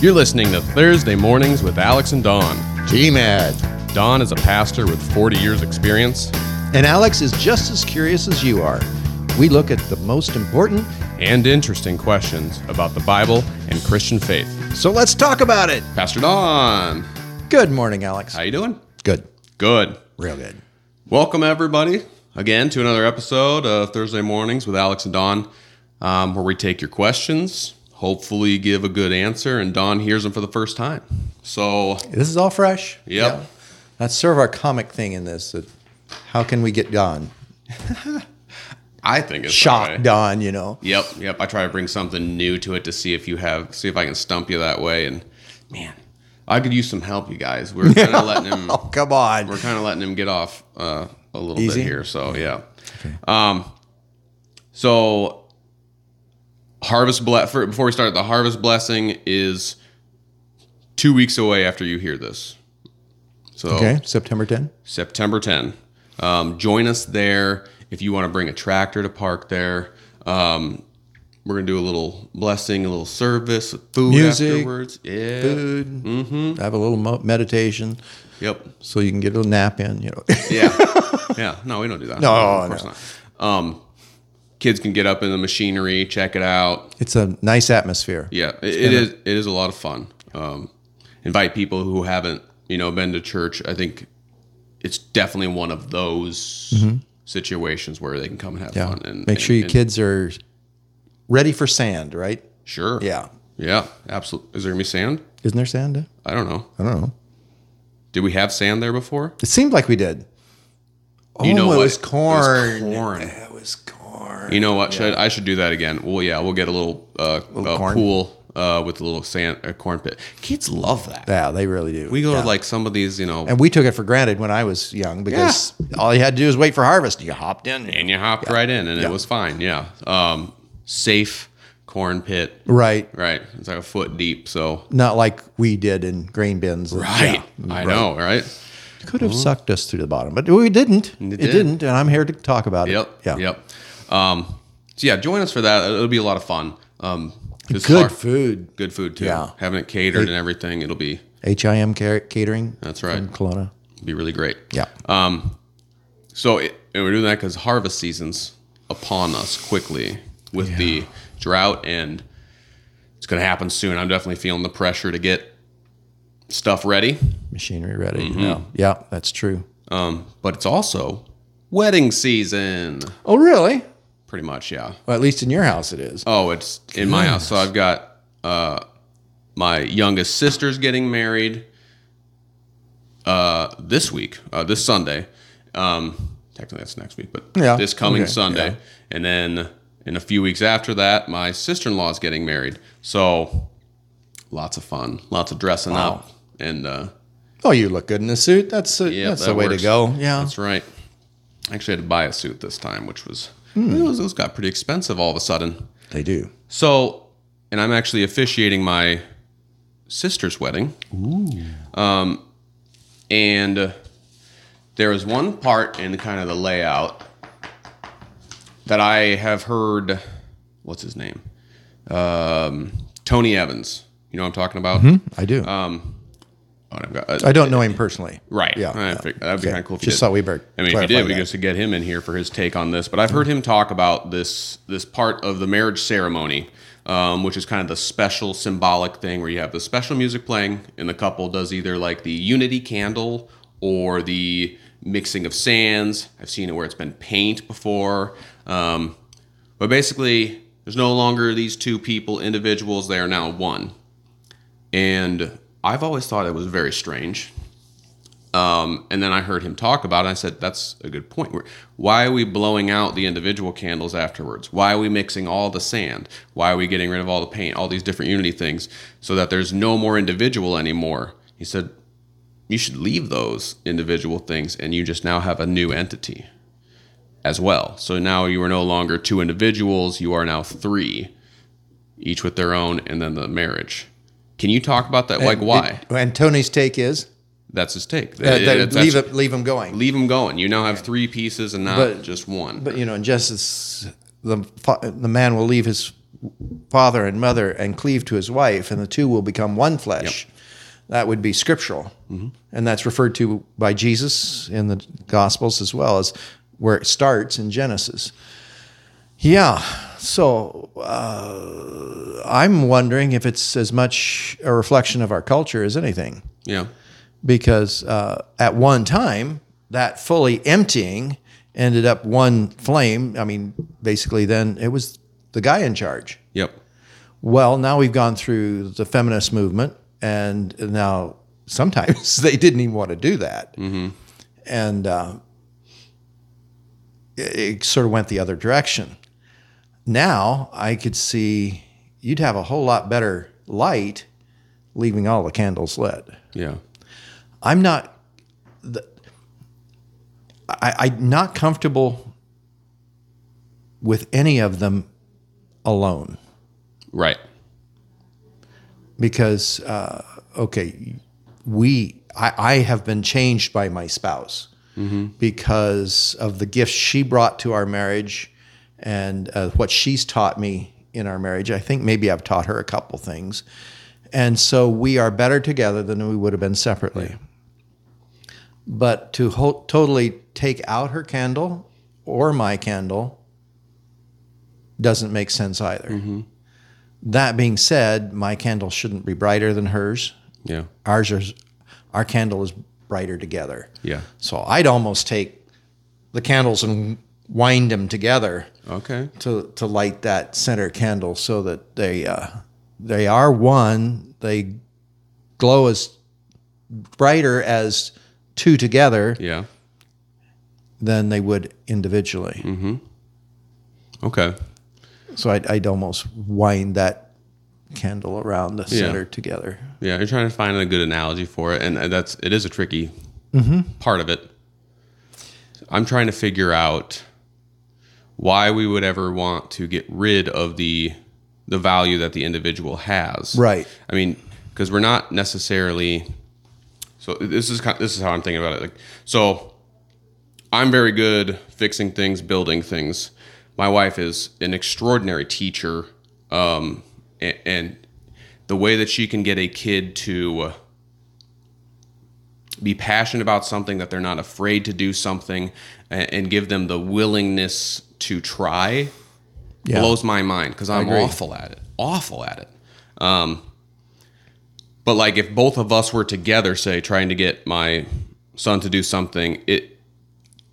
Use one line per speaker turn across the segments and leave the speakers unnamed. You're listening to Thursday Mornings with Alex and Don.
GMAD.
Don is a pastor with 40 years' experience
And Alex is just as curious as you are. We look at the most important,
and interesting questions about the Bible and Christian faith.
so let's talk about it.
Pastor Don,
Good morning, Alex.
how you doing?
Good.
Good.
Real good.
Welcome everybody again to another episode of Thursday Mornings with Alex and Don, um, where we take your questions, hopefully give a good answer, and Don hears them for the first time. So,
This is all fresh.
Yep.
That's sort of our comic thing in this. That how can we get Don?
I think it's
Shock
all right.
Don, you know.
Yep, yep. I try to bring something new to it to see if you have, see if I can stump you that way. And man, I could use some help, you guys. We're kind of letting him.
Oh, come on.
We're kind of letting him get off uh, a little
Easy?
bit here. So yeah. Um. So harvest bless before we start the harvest blessing is two weeks away after you hear this. So
okay, September 10.
September 10. Um, join us there if you want to bring a tractor to park there. Um, we're gonna do a little blessing, a little service, food
Music,
afterwards. Yeah.
Food. Mm-hmm. Have a little mo- meditation
Yep.
so you can get a little nap in. You know.
Yeah. yeah. No, we don't do that.
No,
of course
no.
not. Um, kids can get up in the machinery, check it out.
it's a nice atmosphere.
Yeah, it, it is. It is a lot of fun. Um, invite people who haven't, you know, been to church. I think it's definitely one of those situations where they can come and have fun. And
Mm-hmm. Make
and-
sure your
and-
kids are ready for sand, right?
Sure.
Yeah.
Yeah. Absolutely. Is there gonna be sand?
Isn't there sand?
I don't know.
I don't know.
Did we have sand there before?
It seemed like we did. Oh,
You know
it
what?
was
It was
corn.
corn.
It was corn.
You know what? Should I should do that again? Well, yeah, we'll get a little, uh, uh,
corn.
pool uh, with a little sand, a corn pit. Kids love that.
Yeah, they really do.
We go to like some of these, you know, and,
and we took it for granted when I was young because all you had to do was wait for harvest. You hopped in.
you hopped right in, and it was fine. Yeah, um, safe corn pit.
Right.
Right, it's like a foot deep. So
Not like we did in grain bins.
right, I know, right?
Could have sucked us through the bottom, but we didn't. Mm-hmm. It,
did.
didn't. And I'm here to talk about it.
Yep.
Yeah.
Yep. Um, so yeah, join us for that. It'll be a lot of fun. Um, 'cause
Good
our-
food.
good food too.
Yeah.
having it catered and everything, it'll be
HIM car- catering.
That's right.
In Kelowna.
be really great.
Yeah.
So it, and we're doing that because harvest seasons upon us quickly with the drought, and it's going to happen soon. I'm definitely feeling the pressure to get stuff ready.
Machinery ready. Yeah. Yeah. That's true.
Um, but it's also wedding season,
Oh, really?
pretty much. Yeah.
Well, at least in your house it is.
Oh, it's in my house. So I've got uh, my youngest sister's getting married uh, this week, uh, this Sunday. Um, technically, that's next week, but
Yeah,
this coming
okay,
Sunday.
yeah.
And then in a few weeks after that, my sister in law's getting married. So lots of fun, lots of dressing up. And uh,
Oh, you look good in a suit. That's a,
yeah,
that's
that
the way
works.
to go. Yeah.
That's right. Actually, I had to buy a suit this time, which was,
Hmm.
it was, it was got pretty expensive all of a sudden.
They do.
So, and I'm actually officiating my sister's wedding. Ooh. Um, and uh, there is one part in kind of the layout that I have heard. What's his name? Um, Tony Evans. You know what I'm talking about?
I do.
Oh, I've got- uh,
Mm-hmm. I don't know him personally.
right.
Yeah.
I fig- That'd be kind of cool. If you
Just
did.
thought we better.
I mean, if you
clarify
did, we
that.
could just get him in here for his take on this. But I've heard him talk about this this part of the marriage ceremony, um, which is kind of the special symbolic thing where you have the special music playing, and the couple does either like the unity candle or the mixing of sands. I've seen it where it's been paint before, um, but basically, there's no longer these two people individuals; they are now one. And I've always thought it was very strange um, and then I heard him talk about it. I said, that's a good point. We're- Why are we blowing out the individual candles afterwards? Why are we mixing all the sand? Why are we getting rid of all the paint, all these different unity things, so that there's no more individual anymore? He said, you should leave those individual things and you just now have a new entity as well. So now you are no longer two individuals, you are now three, each with their own, and then the marriage. Can you talk about that? Like, why?
It- and Tony's take is
that's his take. It-
uh, that
it- that's-
leave it, leave him going.
leave them going. You now have three pieces and not
But-
just one.
But you know, in justice, the fa- the man will leave his father and mother and cleave to his wife, and the two will become one flesh. That would be scriptural. And that's referred to by Jesus in the Gospels as well as where it starts in Genesis. Yeah. So uh, I'm wondering if it's as much a reflection of our culture as anything
Yeah.
because uh, at one time that fully emptying ended up one flame. I mean, basically, then it was the guy in charge.
Yep.
Well, now we've gone through the feminist movement, and now sometimes they didn't even want to do that, and uh, it, it sort of went the other direction. Now I could see you'd have a whole lot better light leaving all the candles lit.
Yeah.
I'm not the, I, I'm not comfortable with any of them alone
Right.
because uh, okay, we I, I have been changed by my spouse because of the gifts she brought to our marriage and uh, what she's taught me in our marriage. I think maybe I've taught her a couple things, and so we are better together than we would have been separately. But to ho- totally take out her candle or my candle doesn't make sense either. That being said, my candle shouldn't be brighter than hers.
Yeah.
Ours is, our candle is brighter together.
Yeah.
So I'd almost take the candles and wind them together
Okay.
to, to light that center candle so that they uh, they are one. They glow as brighter as two together
Yeah.
than they would individually.
Okay.
So I'd, I'd almost wind that candle around the center together.
Yeah, you're trying to find a good analogy for it, and that's it is a tricky
Mm-hmm.
part of it. I'm trying to figure out why we would ever want to get rid of the the value that the individual has.
Right.
I mean, because we're not necessarily. So this is kind this is how I'm thinking about it. Like, so I'm very good fixing things, building things. My wife is an extraordinary teacher, um, and, and the way that she can get a kid to be passionate about something that they're not afraid to do something and, and give them the willingness to try
Yeah.
blows my mind because I'm
agree.
awful at it. Awful at it. Um, but like if both of us were together, say trying to get my son to do something, it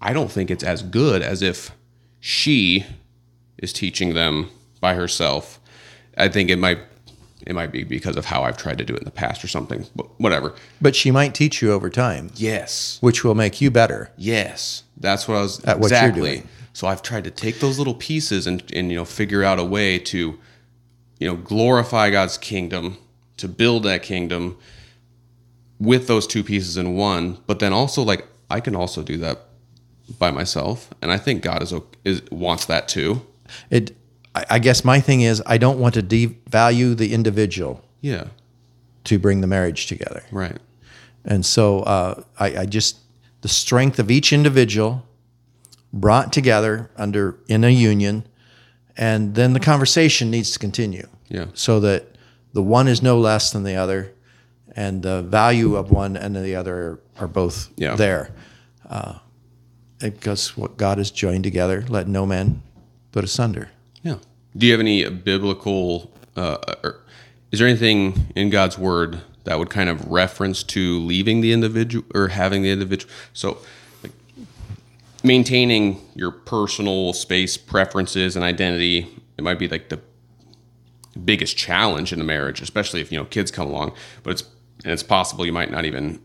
I don't think it's as good as if she is teaching them by herself. I think it might it might be because of how I've tried to do it in the past or something. But whatever.
But she might teach you over time,
Yes.
which will make you better.
Yes, that's what I was
At what you're
exactly.
doing.
So I've tried to take those little pieces and and you know figure out a way to you know glorify God's kingdom, to build that kingdom with those two pieces in one, but then also like I can also do that by myself and I think God is o- is wants that too.
It, I I guess my thing is, I don't want to devalue the individual
Yeah.
to bring the marriage together.
Right.
And so uh, I, I just, the strength of each individual brought together under in a union, and then the conversation needs to continue.
Yeah.
So that the one is no less than the other, and the value of one and the other are both
Yeah.
there. Uh, because what God has joined together, let no man put asunder.
Yeah. Do you have any biblical, uh, or is there anything in God's word that would kind of reference to leaving the individual or having the individual? So, like, maintaining your personal space preferences and identity, it might be like the biggest challenge in a marriage, especially if, you know, kids come along, but it's, and it's possible you might not even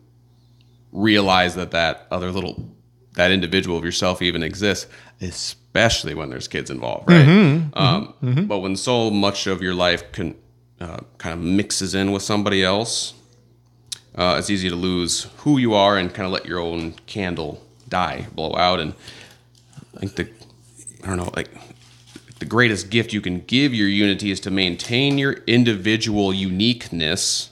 realize that that other little that individual of yourself even exists especially when there's kids involved right um, but when so much of your life can uh, kind of mixes in with somebody else uh, it's easy to lose who you are and kind of let your own candle die blow out and i think the i don't know like the greatest gift you can give your unity is to maintain your individual uniqueness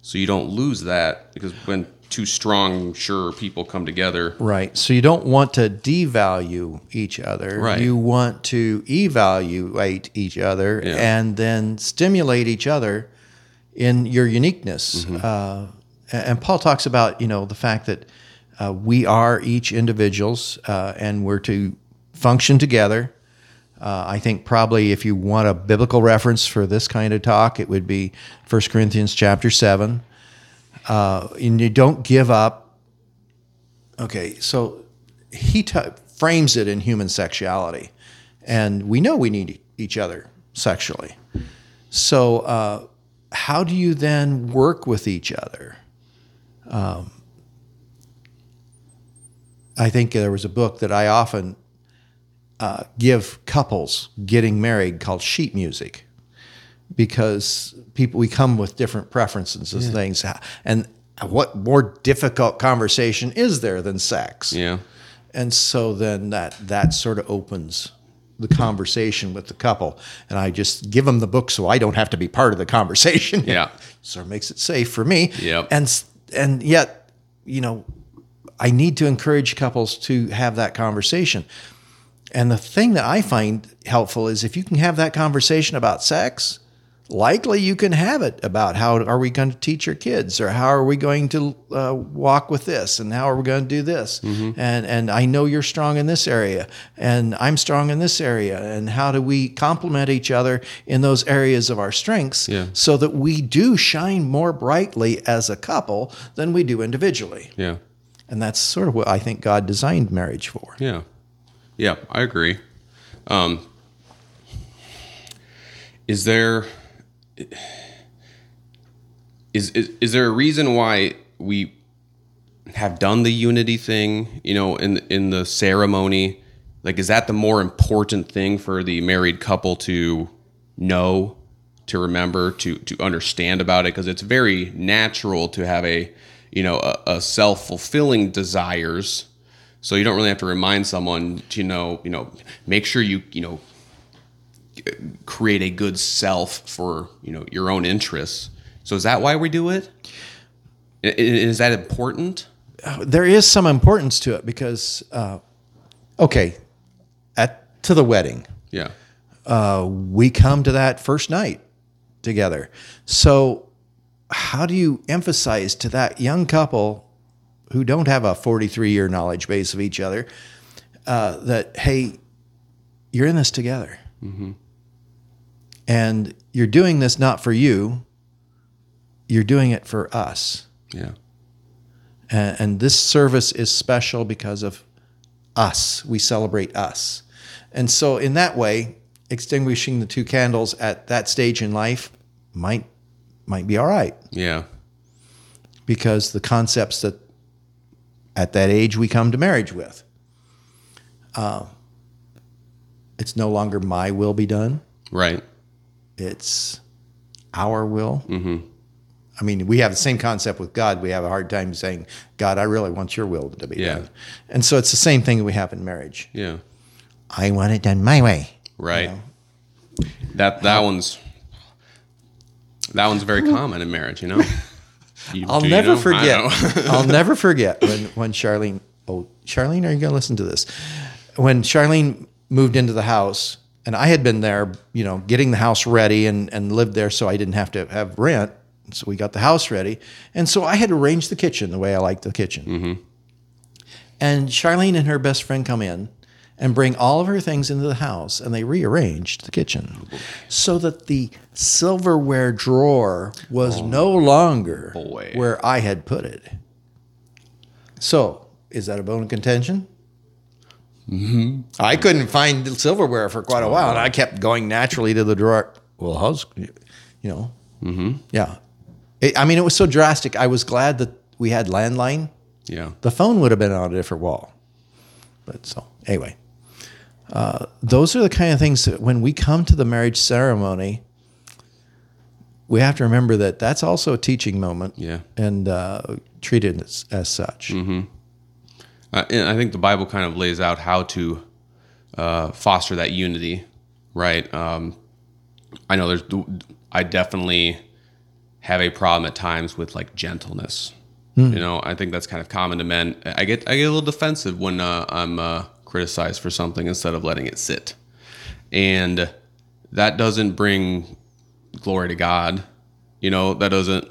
so you don't lose that because when two strong, sure people come together.
Right. So you don't want to devalue each other.
Right.
You want to evaluate each other
Yeah.
and then stimulate each other in your uniqueness.
Mm-hmm.
Uh, a- and Paul talks about, you know, the fact that uh, we are each individuals uh, and we're to function together. Uh, I think probably if you want a biblical reference for this kind of talk, it would be 1 Corinthians chapter 7 and you don't give up. Okay, so he t- frames it in human sexuality, and we know we need each other sexually. So, uh, how do you then work with each other? Um, I think there was a book that I often uh, give couples getting married called Sheet Music because people we come with different preferences and things and what more difficult conversation is there than sex
Yeah.
and so then that that sort of opens the conversation with the couple and i just give them the book so i don't have to be part of the conversation
Yeah.
so it makes it safe for me
Yep.
and s- and yet you know i need to encourage couples to have that conversation and the thing that I find helpful is if you can have that conversation about sex, likely you can have it about how are we going to teach our kids or how are we going to uh, walk with this and how are we going to do this and and I know you're strong in this area and I'm strong in this area and how do we complement each other in those areas of our strengths
Yeah.
so that we do shine more brightly as a couple than we do individually
Yeah.
and that's sort of what I think God designed marriage for
Yeah. Yeah, I agree. Um, is there is, is is there a reason why we have done the unity thing, you know, in in the ceremony? Like is that the more important thing for the married couple to know, to remember, to to understand about it because it's very natural to have a, you know, a, a self-fulfilling desires so you don't really have to remind someone to you know, you know, make sure you, you know, create a good self for, you know, your own interests. So is that why we do it? I- i- Is that important?
there is some importance to it because uh, okay at to the wedding uh,
Yeah.
we come to that first night together so how do you emphasize to that young couple who don't have a 43 year knowledge base of each other uh, that hey you're in this together and you're doing this not for you you're doing it for us
Yeah.
and, and this service is special because of us. We celebrate us. And so, in that way, extinguishing the two candles at that stage in life might might be all right
Yeah.
because the concepts that at that age we come to marriage with. Uh, it's no longer my will be done.
Right.
It's our will. I mean, we have the same concept with God. We have a hard time saying, God, I really want your will to be
Yeah.
done. And so it's the same thing that we have in marriage.
Yeah.
I want it done my way.
Right. That that one's that one's very common in marriage, you know. You-
I'll
do you
never
know? I
forget.
know.
I'll never forget when, when Charlene, oh, Charlene, are you going to listen to this? When Charlene moved into the house, and I had been there, you know, getting the house ready and, and lived there so I didn't have to have rent. So we got the house ready. And so I had arranged the kitchen the way I liked the kitchen. And Charlene and her best friend come in and bring all of her things into the house and they rearranged the kitchen so that the silverware drawer was no longer
boy.
where I had put it. So, is that a bone of contention? Mm-hmm. I couldn't find the silverware for quite a while and I kept going naturally to the drawer. Well, how's, you know, mm-hmm. yeah. It, I mean, it was so drastic. I was glad that we had landline
Yeah.
the phone would have been on a different wall. But so, anyway, uh, those are the kind of things that when we come to the marriage ceremony, we have to remember that that's also a teaching moment
Yeah.
and uh, treat it as, as such.
Uh, and I think the Bible kind of lays out how to uh, foster that unity, right? Um, I know there's, I definitely have a problem at times with like gentleness, You know, I think that's kind of common to men. I get I get a little defensive when uh, I'm uh, criticized for something instead of letting it sit, and that doesn't bring glory to God. You know, that doesn't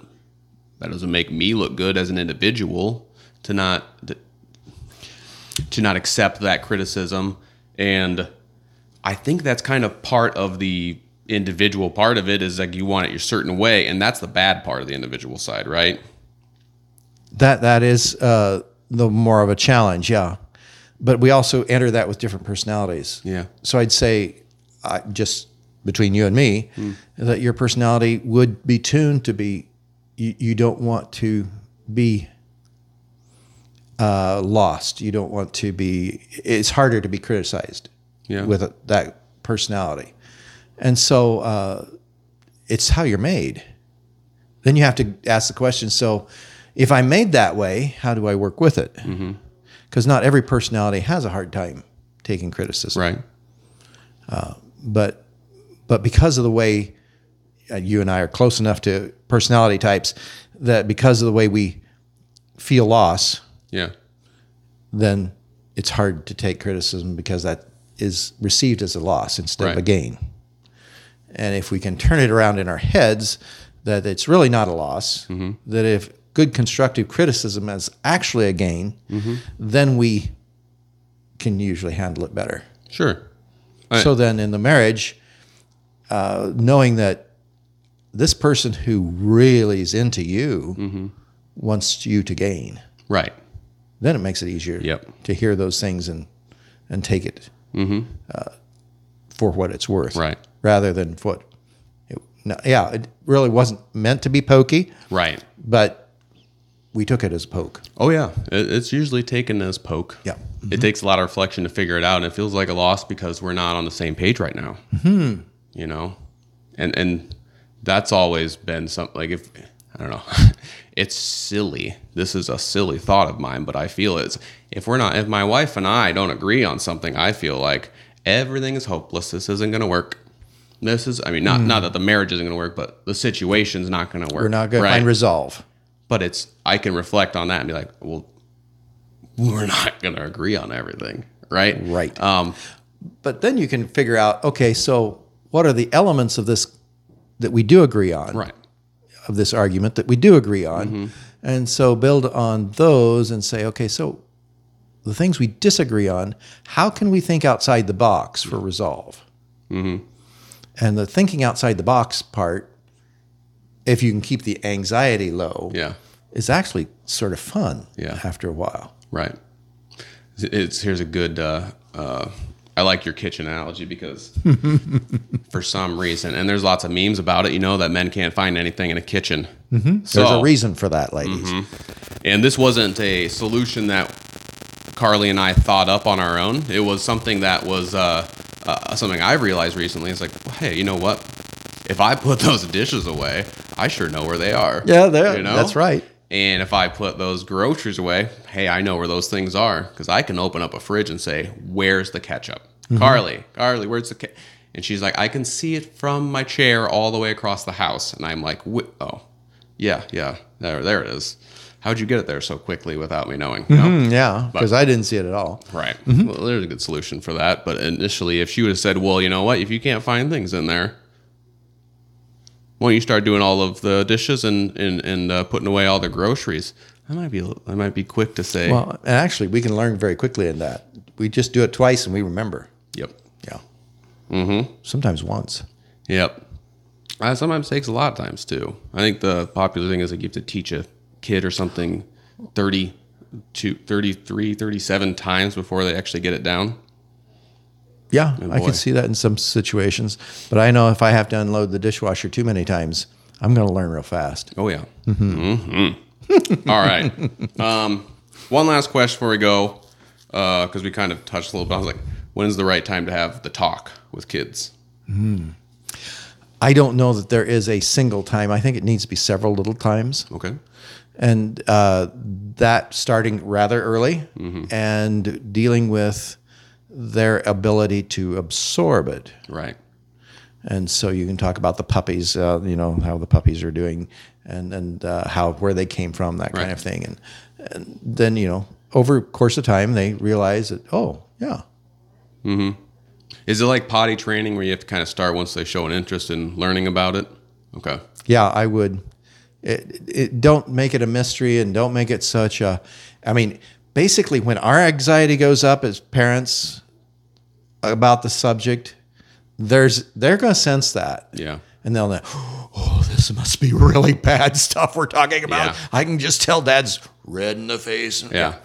that doesn't make me look good as an individual to not to not accept that criticism and i think that's kind of part of the individual part of it is like you want it your certain way and that's the bad part of the individual side right
That that is uh, the more of a challenge, yeah. But we also enter that with different personalities.
yeah
So I'd say, I, just between you and me, that your personality would be tuned to be. You, you don't want to be uh, lost. You don't want to be. It's harder to be criticized
yeah
with a, that personality, and so uh, it's how you're made. Then you have to ask the question: So, if I'm made that way, how do I work with it? Because not every personality has a hard time taking criticism,
right
but but because of the way uh, you and I are close enough to personality types that because of the way we feel loss,
yeah
then it's hard to take criticism because that is received as a loss instead of a
Right.
gain. And if we can turn it around in our heads that it's really not a loss, that if good constructive criticism is actually a gain, then we can usually handle it better.
sure Right.
So then in the marriage, uh, knowing that this person who really is into you
Mm-hmm.
wants you to gain
right
then it makes it easier
Yep. Mm-hmm.
to hear those things and and take it uh, for what it's worth,
Right.
Rather than what, it, no, yeah, it really wasn't meant to be pokey,
right
but we took it as poke.
oh yeah It- it's usually taken as poke
Yeah.
it takes a lot of reflection to figure it out and it feels like a loss because we're not on the same page right now mm-hmm. you know and and that's always been something like if i don't know it's silly this is a silly thought of mine but i feel it's if we're not if my wife and i don't agree on something i feel like everything is hopeless this isn't going to work this is i mean not not that the marriage isn't going to work but the situation's not going to work
Mm. We're not going to find resolve.
but it's I can reflect on that and be like, well, we're not going to agree on everything, right?
Right.
Um,
But then you can figure out, okay, so what are the elements of this that we do agree on?
right. Mm-hmm.
of this argument that we do agree on. And so build on those and say, okay, so the things we disagree on, how can we think outside the box for resolve?
Mm-hmm.
And the thinking outside the box part, if you can keep the anxiety low,
Yeah.
is actually sort of fun
Yeah.
after a while.
Right. It's here's a good. Uh, uh, I like your kitchen analogy because for some reason, and there's lots of memes about it. You know that men can't find anything in a kitchen. Mm-hmm. So Mm-hmm.
There's a reason for that, ladies.
And this wasn't a solution that Carly and I thought up on our own. It was something that was uh, uh, something I realized recently. It's like, well, hey, you know what? If I put those dishes away, I sure know where they are.
Yeah, there- that's right.
And if I put those groceries away, hey, I know where those things are because I can open up a fridge and say, "Where's the ketchup,
Mm-hmm.
Carly? Carly, where's the?" Ke-? And she's like, "I can see it from my chair all the way across the house." And I'm like, "Wh- "Oh, yeah, yeah, there, there it is. How'd you get it there so quickly without me knowing?" No.
Hmm, yeah, because I didn't see it at all.
Right. Well, there's a good solution for that. But initially, if she would have said, well, you know what? If you can't find things in there, why don't you start doing all of the dishes and, and, and uh, putting away all the groceries? I might be I might be quick to say,
Well, and actually, we can learn very quickly in that. We just do it twice and we remember.
yep,
Yeah. Mm-hmm. Sometimes once.
yep. Uh, sometimes takes a lot of times too. I think the popular thing is like you have to teach a kid or something 30 to 33, 37 times before they actually get it down.
Yeah, I
boy.
could see that in some situations, but I know if I have to unload the dishwasher too many times, I'm going to learn real fast.
Oh yeah. Mm-hmm. All right. Um, one last question before we go, because we kind of touched a little bit. I was like, when's the right time to have the talk with kids?
I don't know that there is a single time. I think it needs to be several little times,
Okay.
and uh, that starting rather early and dealing with their ability to absorb it.
Right.
and so you can talk about the puppies, uh, you know, how the puppies are doing, and and uh, how where they came from, that kind
Right.
of thing, and, and then you know over course of time they realize that oh yeah
Is it like potty training where you have to kind of start once they show an interest in learning about it? Okay.
yeah I would it, it don't make it a mystery and don't make it such a I mean basically when our anxiety goes up as parents about the subject there's they're going to sense that
Yeah.
And they'll know, oh, this must be really bad stuff we're talking about.
Yeah.
I can just tell dad's red in the face. And,
Yeah.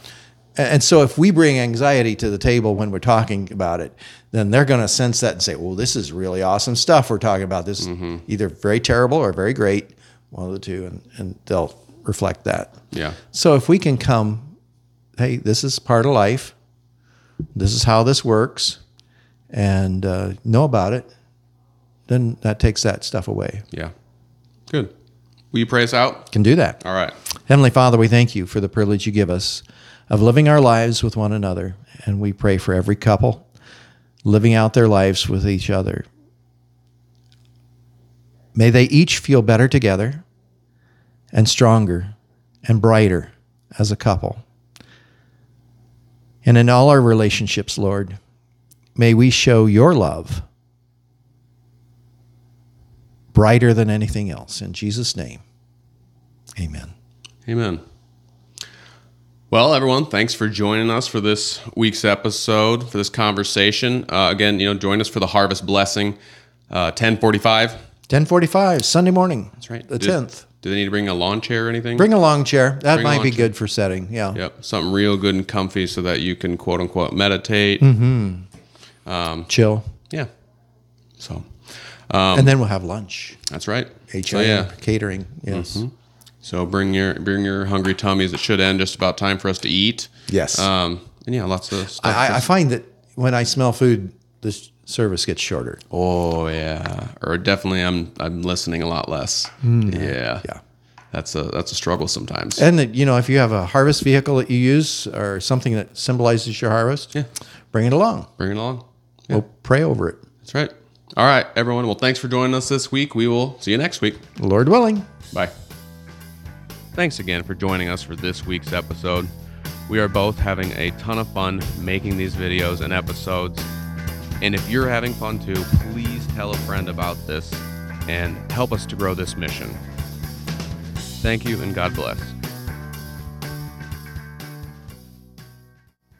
and so if we bring anxiety to the table when we're talking about it, then they're going to sense that and say, well, this is really awesome stuff we're talking about. This is either very terrible or very great, one of the two. And, and they'll reflect that.
Yeah.
So if we can come, hey, this is part of life. This is how this works, and uh, know about it. Then that takes that stuff away.
Yeah. Good. Will you pray us out?
Can do that.
All right.
Heavenly Father, we thank you for the privilege you give us of living our lives with one another, and we pray for every couple living out their lives with each other. May they each feel better together and stronger and brighter as a couple. And in all our relationships, Lord, may we show your love brighter than anything else. In Jesus' name, amen.
Amen. Well, everyone, thanks for joining us for this week's episode, for this conversation. Uh, again, you know, join us for the Harvest Blessing, uh, 1045.
1045 sunday morning that's
right.
the
Do-
10th
Do they need to bring a lawn chair or anything?
bring a long chair that
a
might
long
be
chair.
good for setting yeah
Yep, something real good and comfy so that you can quote unquote meditate.
chill
Yeah. So
and then we'll have lunch
that's right.
HIM
So, oh, yeah. Mm-hmm.
catering yes
So bring your bring your hungry tummies. It should end just about time for us to eat.
yes
Um, and yeah, lots of stuff.
I, I- I find that when i smell food the s- service gets shorter
Oh yeah, or definitely I'm I'm listening a lot less. Hmm. yeah,
yeah
That's a that's a struggle sometimes.
and that, you know if you have a harvest vehicle that you use or something that symbolizes your harvest
Yeah.
bring it along
Bring it along.
we'll pray over it
That's right. All right, everyone. Well, thanks for joining us this week. We will see you next week.
lord willing
Bye. Thanks again for joining us for this week's episode. We are both having a ton of fun making these videos and episodes. And if you're having fun too, please tell a friend about this and help us to grow this mission. Thank you and God bless.